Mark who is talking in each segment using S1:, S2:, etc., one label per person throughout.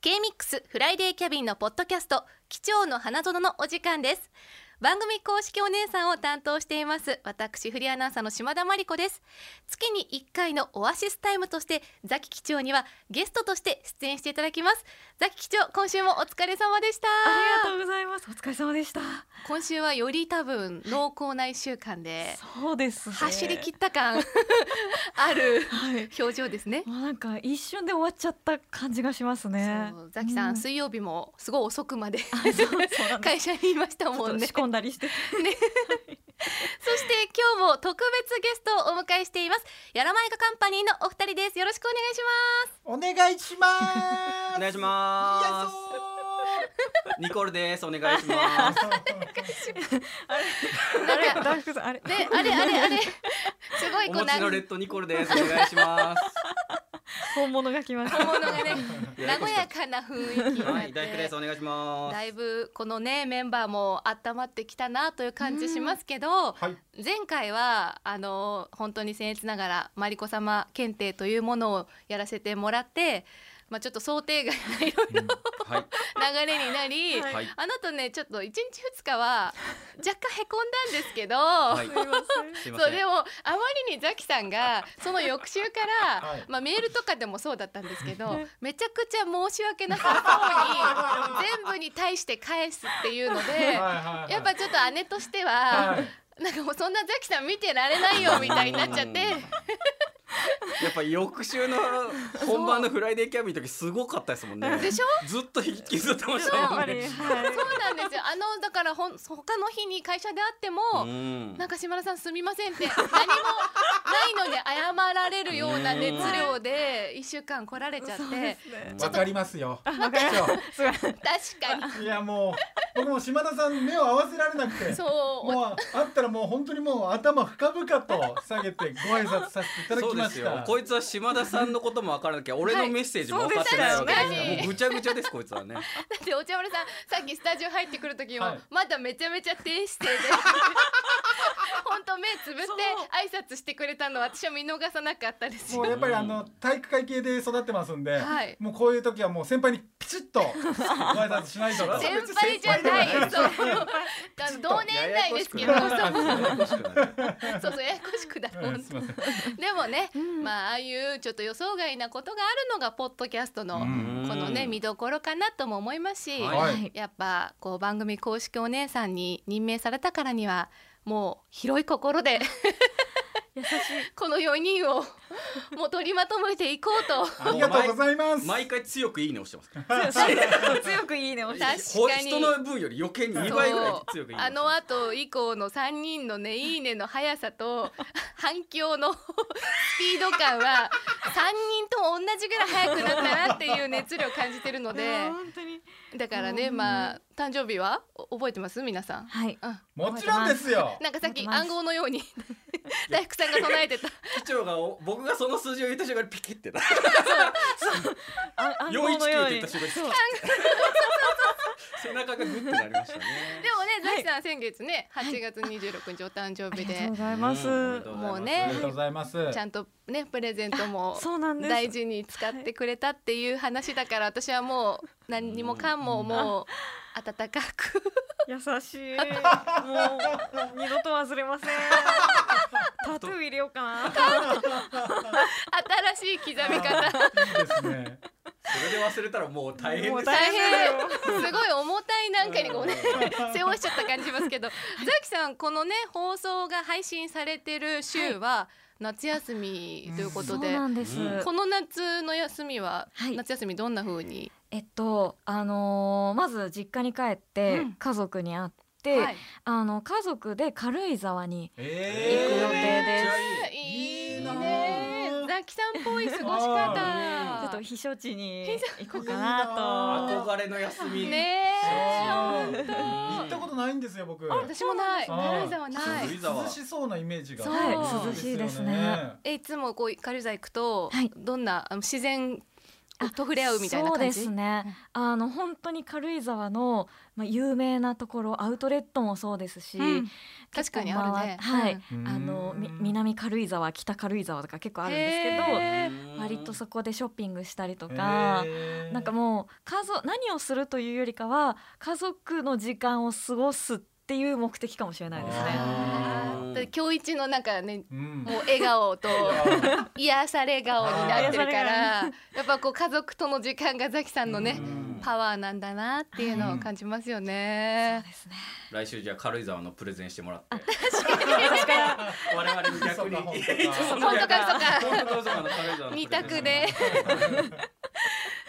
S1: K-MIX フライデーキャビンのポッドキャスト「貴重の花園」のお時間です番組公式お姉さんを担当しています私フリーアナウンサーの島田真理子です月に1回のオアシスタイムとしてザキ機長にはゲストとして出演していただきますザキ機長今週もお疲れ様でした
S2: ありがとうございますお疲れ様でした
S1: 今週はより多分濃厚な1週間で、
S2: そうですね
S1: 走り切った感 ある
S2: はい
S1: 表情ですね
S2: もうなんか一瞬で終わっちゃった感じがしますね
S1: そうザキさん、
S2: うん
S1: 水曜日もすごい遅くまで
S2: あそうそうなんです
S1: 会社にいました
S2: ちょ
S1: も
S2: っ
S1: ん
S2: と
S1: ね
S2: 仕込んだりして
S1: そして今日も特別ゲストをお迎えしていますやらまいかカンパニーのお二人ですよろしくお願いし
S3: お願いします。
S4: お願いし
S3: やっ
S4: ます。
S3: そ
S4: ニコルです。お願いします。
S2: あれ大福さんあれ
S1: ますねあれあれあれすごい
S4: お
S1: こう
S4: 餅
S1: な
S4: のレッドニコルです。お願いします。
S2: 本物が来ました
S1: 本物がね
S4: ややこ
S1: 和
S4: し
S1: やかな雰囲気にな
S4: は
S1: っ
S4: い、大福
S1: て
S4: です。お願いします
S1: だ。いぶこのねメンバーも温まってきたなという感じしますけど、
S3: う。はい。
S1: 前回はあの本当に僭越ながらマリコ様検定というものをやらせてもらって、まあ、ちょっと想定外ないろいろ
S4: はい、
S1: 流れになり、
S2: はい
S4: はい、
S1: あのとねちょっと1日2日は 若干へこんだんですけど、
S4: は
S2: す
S4: い
S2: いま
S4: すいま
S1: そう
S4: せ
S1: で
S4: ん。
S1: もあまりにザキさん がその翌週から、
S3: はい
S1: まあ、メールとかでもそうだったんですけど
S2: ね
S1: めちゃくちゃ申し訳なさそうに全部に対して返すっていうので。
S3: はい
S1: やっぱちょっと姉として
S3: は
S1: は、
S3: い。
S1: なんかもうそんなザキさん見てられないよみたいになっちゃっ
S4: うん
S1: て
S4: やっぱ翌週の本番のフライデーキャビンの時すごかったですもんね。
S1: でしょ
S4: ずっと引きずってまし
S2: せんやった
S4: も
S2: ぱ
S4: ん
S2: り
S4: ね。
S2: は
S1: そうなんですよあのだからほん他の日に会社であっても、
S4: うん
S1: なんか島田さんすみませんって何もないのに謝られるような熱量で一週間来られ
S2: い
S1: ちゃって
S2: そう
S1: 確
S2: ですね
S3: わかりますよ。
S2: わかりましたすごい
S1: か
S3: いやもう僕も島田さん目を合わせられなくて
S1: に。そう
S3: もうあったらもう本当にもう頭深々と下げてご挨拶させていただ
S4: そ
S3: き
S4: うで
S3: ますした。
S4: よ。こいつは島田さんのことも分からなきゃ、俺のメッセージも分かってないわけ
S1: そうですす
S4: でよ
S1: よね
S4: もうぐちゃぐちゃです、こいつは ね。
S1: だってお茶丸さんさっきスタジオ入ってくる時も、
S3: はい
S1: まだめちゃめちゃ低姿勢で本当目つぶって挨拶してくれたの私は見逃さなかったです
S3: も
S1: よ
S3: うやっぱりあの体育会系で育ってますんで、
S1: はい
S3: もうこういう時はもう先輩にピチッとご挨拶しないと。
S4: そう
S1: 先
S4: 全
S1: 輩じゃないそうあの同年代ですけど
S4: や
S1: そうそう
S4: やこしくな
S1: そ
S4: る
S1: うややこしくだろう
S3: うんすみません。
S1: でもね、まあああいうちょっと予想外なことがあるのがポッドキャストの
S3: う
S1: こ
S3: ん
S1: のね見どころかなとも思いますし、
S4: はい
S1: やっぱこう番組公式お姉さんに任命されたからにはもう広い心で
S2: 優しい
S1: この4人をもう取りまとめていこうと。
S3: ありがとうございます。
S4: 毎回強くいいね押してます。
S2: 強くいいね押し
S1: 確か
S2: て
S1: に
S4: ほ人の分より余計に2倍ぐらい強く言います
S1: あの後以降の3人のね「いいね」の速さと反響の スピード感は3人とも同じぐらい速くなったなっていう熱量を感じてるの
S2: いや
S1: で
S2: 本当に
S1: だからね
S2: うん
S1: まあ誕生日はお覚えてます皆さん。
S2: はい
S1: うん
S3: もちろんですよ。
S1: なんかさっ
S2: 覚えて
S1: き
S2: ます
S1: 暗号のように 大福さんが唱え てた
S4: 機長がお僕がその数字を言った瞬間にピキってな
S2: あ暗号
S4: 419
S2: のよ
S4: っ
S2: う
S4: て言っ
S2: に
S4: た瞬間にピキって背中がグッてなりましたね
S1: でもねザキさん先月ね8月26日お誕生
S2: あり
S1: 日で
S2: がとうございます
S4: うん
S1: もう
S3: あ
S1: ね
S3: りがとうございます。
S1: ちゃんとねプレゼントも
S2: そうなんです
S1: 大事に使ってくれたっていう話だから私はもう何にもかんももう温かく
S2: 優し いもう二度と忘れませんタトゥー入れようかな
S1: 新しい刻み方
S3: いいですね。
S4: それで忘れたらもう大変
S2: もう
S4: です
S1: 大
S2: 大
S1: 変
S2: 変だよ
S1: すごい重たいなんかにこうね背負いしちゃった感じしますけどザキさんこのね放送が配信されてる週は夏休みということで、
S2: んです
S4: うん
S1: この夏の休みは、
S2: はい
S1: 夏休みどんな風に、
S2: えっとあのーまず実家に帰って
S1: うん
S2: 家族に会って、
S1: はい
S2: あの家族で軽井沢に
S3: え
S2: 行く予定です
S1: い
S3: いい
S1: い
S3: な
S1: ねザキさんっぽい過ごし方
S2: ちょっと避暑地 に行こうかなと。
S4: 憧れの休み
S1: ねえ
S3: そう行
S1: 本
S3: ったことないんですよ僕。
S1: 当私もない
S3: そうなん
S1: 軽井
S3: です
S1: 沢ない
S4: 軽井沢
S3: 涼しそうなイメージが。
S1: そう
S2: はい涼しいですね
S1: えいつもこう軽井沢行くと、
S2: はい
S1: どんなあの自然触れ合うみたいな感じ
S2: そうですね。あの本当に軽井沢のまあ有名なところアウトレットもそうですし、
S1: うん確かにあるね、
S2: 結構回っはい
S1: うん
S2: あのみ
S3: うん
S2: 南軽井沢北軽井沢とか結構あるんですけ
S1: へ
S2: ど、割とそこでショッピングしたりと
S3: へ
S2: か。
S3: ー
S2: なんかもう家族何をするというよりかは家族の時間を過ごすっていう目的かもしれないですね。
S3: あ
S1: だって今日一のなんかね
S3: うん
S1: もう笑顔と癒され顔になってるからやっぱこう家族との時間がザキさんのね
S4: うん
S1: パワーなんだなっていうのを感じますよ
S2: そう
S1: ね。
S2: ですね。
S4: 来週じゃあ軽井沢のプレゼンしてもらって
S2: 確かに
S4: 我々に逆に
S3: 本
S1: 本当か嘘か
S3: 当か
S4: 本当か嘘かの軽井沢のプレゼン
S1: 二択で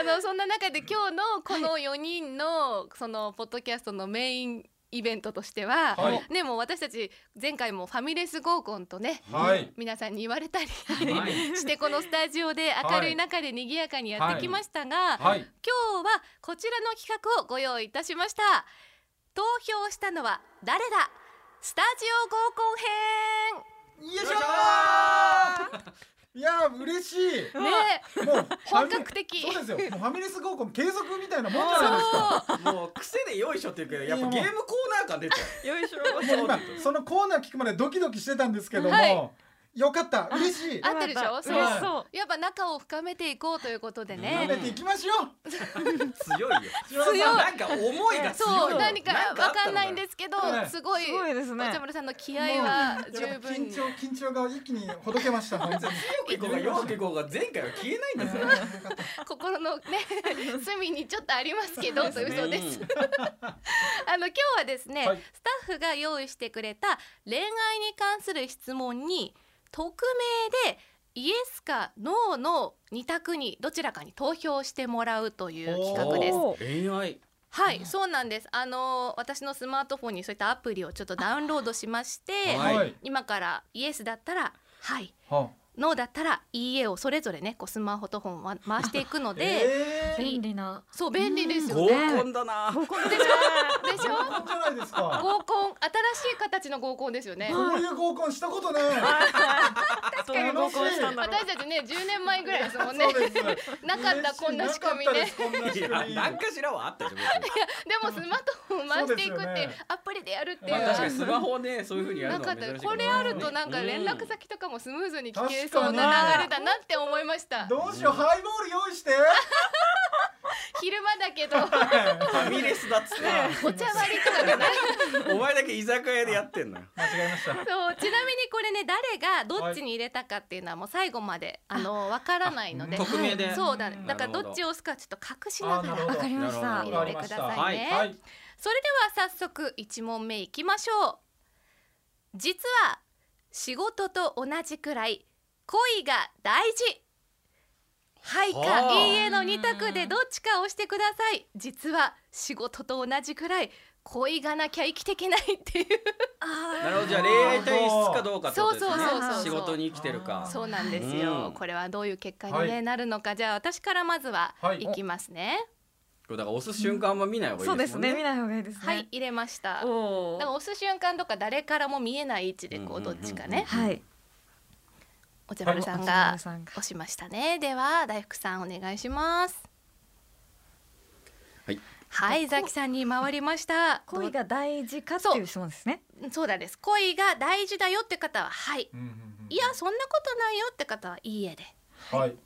S1: あのそんな中で今日のこの4人のそのポッドキャストのメインイベントとしては、
S3: はい
S1: ねもう私たち前回もファミレス合コンとね
S3: はい
S1: 皆さんに言われたり
S4: はい
S1: してこのスタジオで明るい中で賑やかにやってきましたが、
S3: はい
S1: 今日はこちらの企画をご用意いたしました投票したのは誰だスタジオ合コン編
S3: よいしょーいやー嬉しい
S1: ね
S3: もう
S1: 本格的
S3: そうですよもうファミレス合コン継続みたいなもんじゃないですか
S4: もう癖でよいしょっていうけどやっぱゲームコーナー感出ちゃう
S2: よいしょ。
S4: そう
S3: 今そのコーナー聞くまでドキドキしてたんですけども、
S1: は
S3: よかった嬉しい
S1: 合ってるでしょ
S2: 嬉し
S1: そう
S2: そう。
S1: やっぱ仲を深めていこうということで
S3: 頑張
S1: ね
S3: っていきましょう
S4: 強いよ
S3: 強い
S4: なんか思いが強い
S1: そう何かわかんないんですすけど
S3: はい
S1: すごい
S2: すごいですね
S1: 松。村さんの気合は
S3: もう
S1: 十分
S3: 緊張緊張が一気にほどけま した本当に
S4: 強くいこうが弱くいこうが前回は消えないんですよ
S1: 心のね 隅にちょっとありますけどと嘘です
S4: うん
S1: あの今日はですね、
S3: はい
S1: スタッフが用意してくれた恋愛に関する質問に匿名でイエスかノーの二択にどちらかに投票してもらうという企画です。
S2: お
S4: 恋愛
S1: はい、そうなんです。あの私のスマートフォンにそういったアプリをちょっとダウンロードしまして、
S4: はい
S1: 今からイエスだったらはい、
S3: は
S1: ノーだったらいいえをそれぞれね、こうスマートフォンを回していくので、
S3: えー、
S2: 便利な。
S1: そう便利ですよ
S4: 合
S1: ね。
S4: コンだな
S2: 合コンですね。
S1: でし ょ？
S3: 合コンじゃないですか
S1: 合コン新しい形の合コンですよね。
S3: こういう合コンしたことね
S2: どういう合コンしたんだろう
S1: 私。たちね10年前ぐらいですもんね
S3: そうです
S1: なかったこんな仕組みね
S3: 嬉しいなかったです こ
S4: い
S3: んな仕
S4: や
S3: 組み
S4: 何かしらはあったじゃん別に
S1: でもスマートフォンを回していくって
S3: そうですよね
S1: アプリでやるっていう
S3: ま
S1: のは、
S3: あ
S4: まあ確かにスマホでそういう風にやる
S1: な
S4: の
S1: か
S4: は
S1: った
S4: 珍しい
S1: これあるとなんか連絡
S4: 先
S1: 先とかもスムーズに聞けそうな流れだなって思いました
S3: どうしようハイボール用意して
S1: 昼間だけ ど
S4: ファミレスだっつって
S1: お茶割りとかで ね
S4: お前だけ居酒屋でやってんのよ
S3: 間違えました
S1: そうちなみにこれね誰がどっちに入れたかっていうのはもう最後まであのわからないので
S4: あ匿名で
S1: そうだね
S3: うん
S1: だからどっちを押すかちょっと隠しなが
S3: あ
S1: ら
S3: なるほ
S2: わ
S3: ど
S2: かりまし
S4: な
S2: た
S1: 入
S4: るほ。
S1: れてくださいね、
S3: はい
S1: それでは早速1問目いきましょう実は仕事と同じくらい恋が大事はいか、
S4: はあ
S1: いいえの2択でどっちか押してください実は仕事と同じくらい恋がなきゃ生きていけないっていう
S4: なるほどじゃあ恋愛体質かどうかってことですね
S1: そうそうそうそう
S4: 仕事に生きてるか
S1: そうなんですよ、
S4: うん
S1: これはどういう結果に、ね
S3: はい
S1: なるのかじゃあ私からまずは
S3: はい
S1: いきますね
S4: これだから押す瞬間あんま見ない方が
S2: そ
S4: いういで
S2: ですす
S4: もんね
S2: ね。見ない方がいいですね。
S1: はい。入れました
S2: お
S1: だ
S2: お
S1: から。押す瞬間とか誰からも見えない位置でこ
S4: う
S1: うん
S4: うん
S1: ど
S4: うん
S1: っ
S4: うん
S1: ちかね
S2: はい。
S1: お茶丸さん
S2: お
S1: が
S2: おさんが
S1: 押しましたねでは大福さんお願いします
S4: はい
S1: はいザキさんに回りました
S2: 恋が大事かって
S1: そう
S2: いう質問ですね。
S1: どうそうなんです恋が大事だよって方ははい
S3: うんうんうん
S1: いやそんなことないよって方はいいえで
S3: はい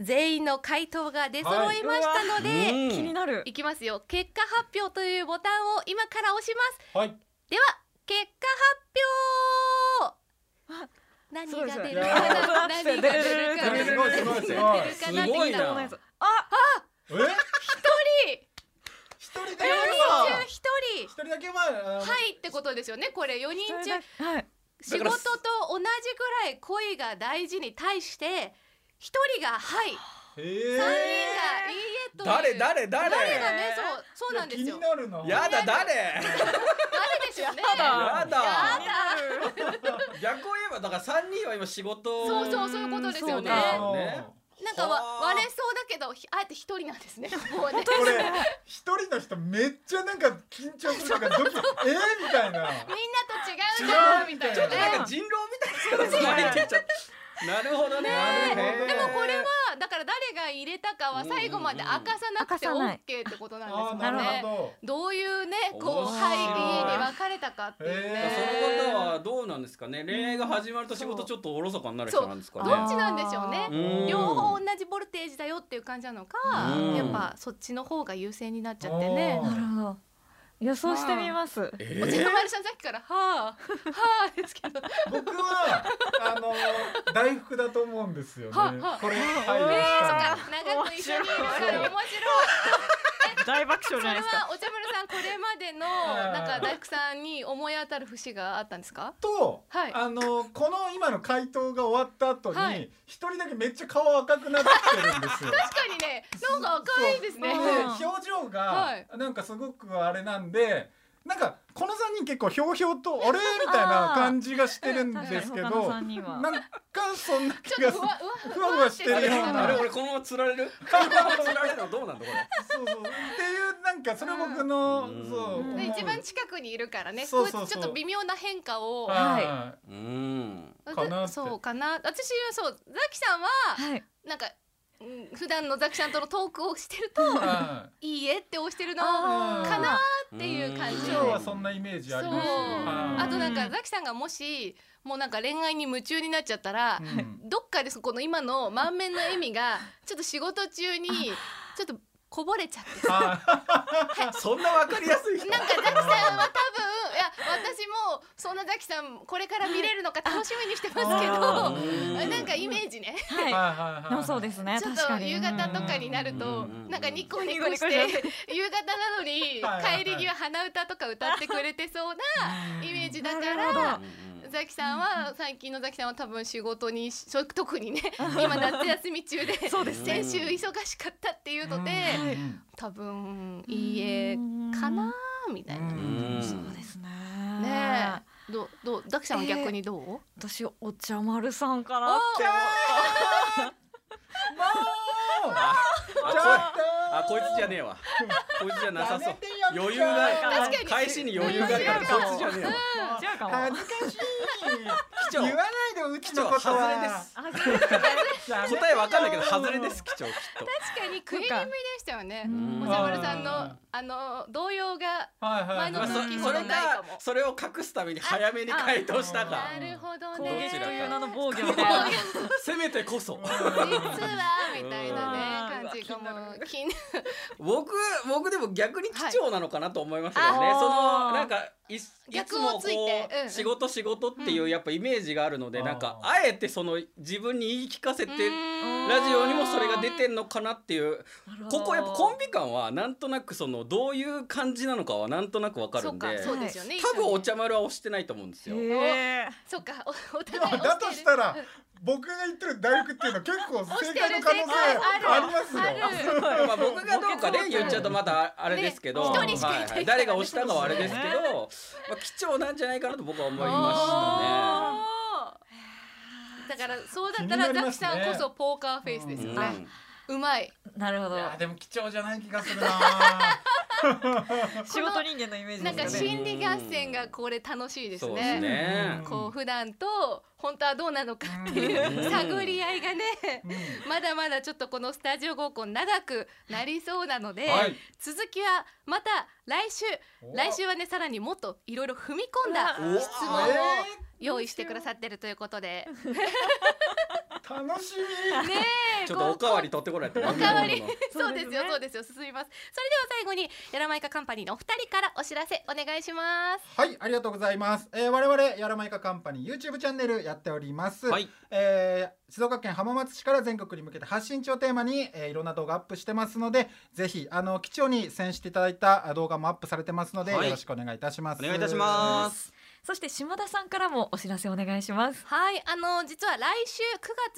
S1: 全員の回答が出揃いましたので、
S4: はいう
S1: い
S4: ん
S2: 気になる。
S1: きますよ結果発表というボタンを今から押します
S3: はい
S1: では結果発表何
S2: すごい
S1: が出る
S3: すごい
S1: かな何が出るかな
S3: すごいすごいすごい
S1: 何が出るかな
S4: すごい
S1: 的な
S4: な
S2: あ
S3: え一人だけ
S1: 41人
S3: 一人だけまああ
S1: はいってことですよねこれ4人中
S2: はい。
S1: 仕事と同じぐらい恋が大事に対して1人が「はい」
S3: え
S1: 3人が
S3: え
S1: 「いいえ」という
S4: 誰誰誰
S1: 誰がねそうそうなんで
S3: 気
S1: す
S3: に
S1: よ
S3: なるな
S4: やだ誰
S1: 誰ですよね
S4: やだ
S1: やだ
S4: 逆を言えばだから三人は今仕事
S1: そうそうそういうことですよ
S2: そう
S1: ね
S2: だ
S4: よね
S1: なんかわ
S4: はあ
S1: 割れそうだけどひあえて1人なんですねもうね
S3: これ一人の人めっちゃなんか緊張するからドキえーみたいな
S1: みんなと違うんだ
S3: 違う
S1: みたい
S4: ちょっと
S1: な
S4: なん
S1: ね
S4: か人狼みたいなのが生まれてきちゃったなるほどね
S3: ねえ
S1: でもこれはだから誰が入れたかは最後まで明かさなくて
S2: うんうんうん
S1: OK ってことなん
S3: ああ
S1: ですよ
S3: な
S1: ね
S3: るほど
S1: どういうねこ
S4: 面
S1: う
S4: 白
S1: 背
S4: い
S1: 景に分かれたかっていう
S4: だから
S1: ね
S3: へ
S4: その方はどうなんですかね恋愛が始まると仕事ちょっとおろそかになる人なんですか
S1: ど
S4: ね
S1: っちなんでしょうね
S4: うん
S1: 両方同じボルテージだよっていう感じなのか
S4: うん
S1: やっぱそっちの方が優先になっちゃってね
S3: うん
S2: なるほど予想してみます
S4: え
S1: お
S4: ー
S1: 茶の丸さんさっきから「はあはあ」ですけど「
S3: 僕はあの大福だと思うんですよね
S1: はは
S3: これ
S1: え
S3: 入
S1: ー
S3: る
S1: そっか
S3: 下
S1: 長く一緒にいるから面白い」
S2: 大爆笑
S1: そ
S2: じゃない
S1: れ
S2: ですか
S1: はお茶丸さんこれまでの
S3: はい
S1: なんか大福さんに思い当たる節があったんですか
S3: と、
S1: はい
S3: あのこの今の回答が終わった後に一、
S1: はい
S3: 人だけめっちゃ顔赤くなってる んですよ
S1: 確かにねなんか赤いですね
S3: で
S2: そう
S3: 表情
S1: は
S3: が
S1: い
S3: なんかすごくあれなんでなんかこの3人結構ひょうひょうとあれみたいな感じがしてるん
S2: 確か
S3: で
S2: に
S3: すけ
S2: 他の
S3: ど
S2: 三人は
S3: なんかそんな気
S1: ちょ
S3: が
S1: っ
S3: す
S1: とふわ
S3: るふわふわしてるよ
S4: あ
S3: う
S4: れ
S3: な
S4: あれ俺このまま釣 られるこのまま釣られるのどうなんだこれ
S3: そうそうっていうなんかそれ僕の
S4: うん
S3: そ
S2: うん
S3: う思う
S1: で一番近くにいるからね
S3: そうそうそう
S1: こいつちょっと微妙な変化を
S2: はい
S3: は
S4: うーん
S1: 私
S3: かなって
S1: そうかな私はそうザキさんは
S2: はい
S1: なんかうん普段のザキさんとのトークをしてると
S3: いは
S1: 「いいえ」って押してるのか
S2: あー
S3: か
S1: なっていう感
S3: い
S1: じ
S3: 市長はそんなイメージありますよ
S1: そう
S3: はい
S1: あとなんかザキさんがもしもうなんか恋愛に夢中になっちゃったら
S3: うん
S1: どっかでそこの今の満面の笑みがちょっと仕事中にちょっとこぼれちゃってさ
S3: あ
S4: そんなわかりやすい人
S1: なんかザキさんは多分いや私もそんなザキさんこれから見れるのか楽しみにしてますけ
S2: あ
S1: ど。
S4: う
S1: なんかイメージね、
S3: ー
S2: は
S3: はいい
S2: でもそうですね
S1: ちょっ
S2: 確か
S1: と
S2: に
S1: 夕方とかになると
S4: うん
S1: なんかニコニコして
S2: ニコニコし
S1: 夕方なのに
S3: はいはいはい
S1: 帰り際鼻歌とか歌ってくれてそうなイメージだか
S2: なるほど
S1: らザキさんは最近のザキさんは多分仕事にしそう特にね今夏休み中で
S2: そう
S4: ですね
S1: 先週忙しかったっていうので
S3: うん
S2: はい
S1: 多分いいえかなみたいな
S3: う
S1: ね
S3: ん
S4: うん
S2: そうですね
S1: えどうどうザキさんは逆にどう、
S2: 私お茶丸さんかな
S3: ちゃーもう
S4: あ
S3: ちょっ
S4: こといあこいつじゃねえわこいつじゃなさそう余裕ない
S2: 確
S1: 確かに
S4: 返しに余裕があるか
S2: 違
S4: ら
S2: うか
S4: こ
S2: も
S4: いつじゃねえわ
S2: 違うかも
S3: 恥ずかしい
S4: 機
S3: 言わな
S4: 長
S3: いでうちのこと
S4: ちょっと外れです
S2: あそうですか
S4: 答えわかんないけど外れです機長きっと
S1: 確かに食い気味でしたよね
S4: うん
S1: お茶丸さんの
S3: あ
S1: あの動揺が
S3: はいは
S1: 前
S3: い
S1: の
S4: まあそ
S1: 空気
S4: れ
S1: しかないか
S4: が
S1: も
S4: それを隠すために早めに回答したか
S1: なるほど
S2: 攻
S1: ね
S2: 撃という名の防御み
S1: 防
S2: たいな
S1: 御
S4: せめてこそ
S1: 実はみたいなね
S2: うん
S1: 感じか
S2: う
S1: も
S2: わ
S1: 気にな
S4: 僕僕でも逆に貴重なのかなと思いましたよね、
S2: はいあー
S4: そのなんかいいつ
S1: 逆を
S4: もこ
S1: ついて
S4: う、
S1: うん
S4: 仕事仕事っていうやっぱイメージがあるので、
S3: うん
S4: なんか
S3: あー
S4: あえてその自分に言い聞かせて
S1: うん
S4: ラジオにもそれが出てんのかなっていう
S2: なるほど
S4: ここやっぱコンビ感はなんとなくそのどういう感じなのかはなんとなくわかる
S1: そうん
S4: で
S1: かそうですよね
S4: 多分お茶丸は押してないと思うんですよ。
S2: へー
S1: そうかおお
S3: でも
S1: 互い
S3: だ
S1: 押
S3: と
S1: し
S3: してた
S1: る
S3: ら僕が言ってる大福っていうのは結構正解の可能性ありますよ
S1: ある
S4: まあ僕がどうかで言っちゃうとまたあれですけど、
S1: ね
S4: はい
S1: 一人しかいないから
S4: は
S1: ね
S4: い誰が押したかはあれですけど、
S2: そうで
S4: まあ貴重なんじゃないかなと僕は思いましたね。
S1: あーだからそうだったら
S3: 気
S1: ザ
S3: になり
S1: キ
S3: ますね
S1: さんこそポーカーフェイスですよねうまい
S2: なるほ
S3: い
S2: ど
S3: やでも貴重じゃない気がするな
S2: 仕事人間のイメージ
S1: な
S2: で
S1: ん
S2: す
S1: か
S2: よね
S1: 心理合戦がこれ楽しいです
S4: そうです
S1: ね
S4: ね。
S1: こう普段と本当はどうなのかっていう
S4: うん
S1: 探り合いがね
S3: うん
S1: まだまだちょっとこのスタジオ合コン長くなりそうなので、
S3: はい
S1: 続きはまた来週
S3: お
S1: 来週はねさらにもっといろいろ踏み込んだ
S2: うわ
S1: 質問を
S3: え
S1: 用意してくださってるということで
S3: ー楽しみ
S1: ねえ
S4: ちょっとおかわり取ってこないと。お
S1: おかわり
S2: そ
S1: そううで
S2: で
S1: す
S2: ね
S1: すよそうですよ進みますそれでは最後にやらまいかカンパニーのお二人からお知らせお願いします
S3: はいありがとうございます、えー、我々やらまいかカンパニー YouTube チャンネルやっております、
S4: はい。
S3: えー静岡県浜松市から全国に向けて発信地をテーマに、えーいろんな動画アップしてますのでぜひあの基調に選していただいたあ動画もアップされてますので、
S4: はい
S3: よろしくお願いいたします
S4: お願いいたします。
S2: そして島田さんからもお知らせお願いします
S1: はいあの実は来週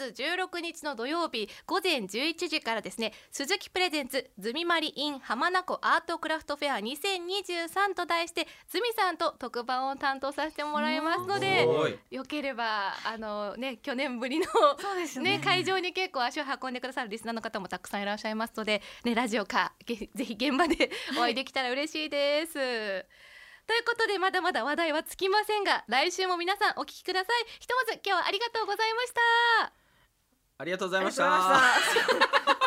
S1: 9月16日の土曜日午前11時からですね鈴木プレゼンツズミマリ in 浜名湖アートクラフトフェア2023と題してズミさんと特番を担当させてもらいますので
S4: おーい
S1: よければあのね去年ぶりの
S2: そうです
S1: ね、会場に結構足を運んでくださるリスナーの方もたくさんいらっしゃいますので、ね、ラジオかげぜひ現場 でお会いできたら嬉しいです。ということでまだまだ話題は尽きませんが来週も皆さんお聞きください。ひとまず今日はありがとうございました。
S4: あ
S5: りがとうございまし
S4: ありがとうございま
S5: た
S4: した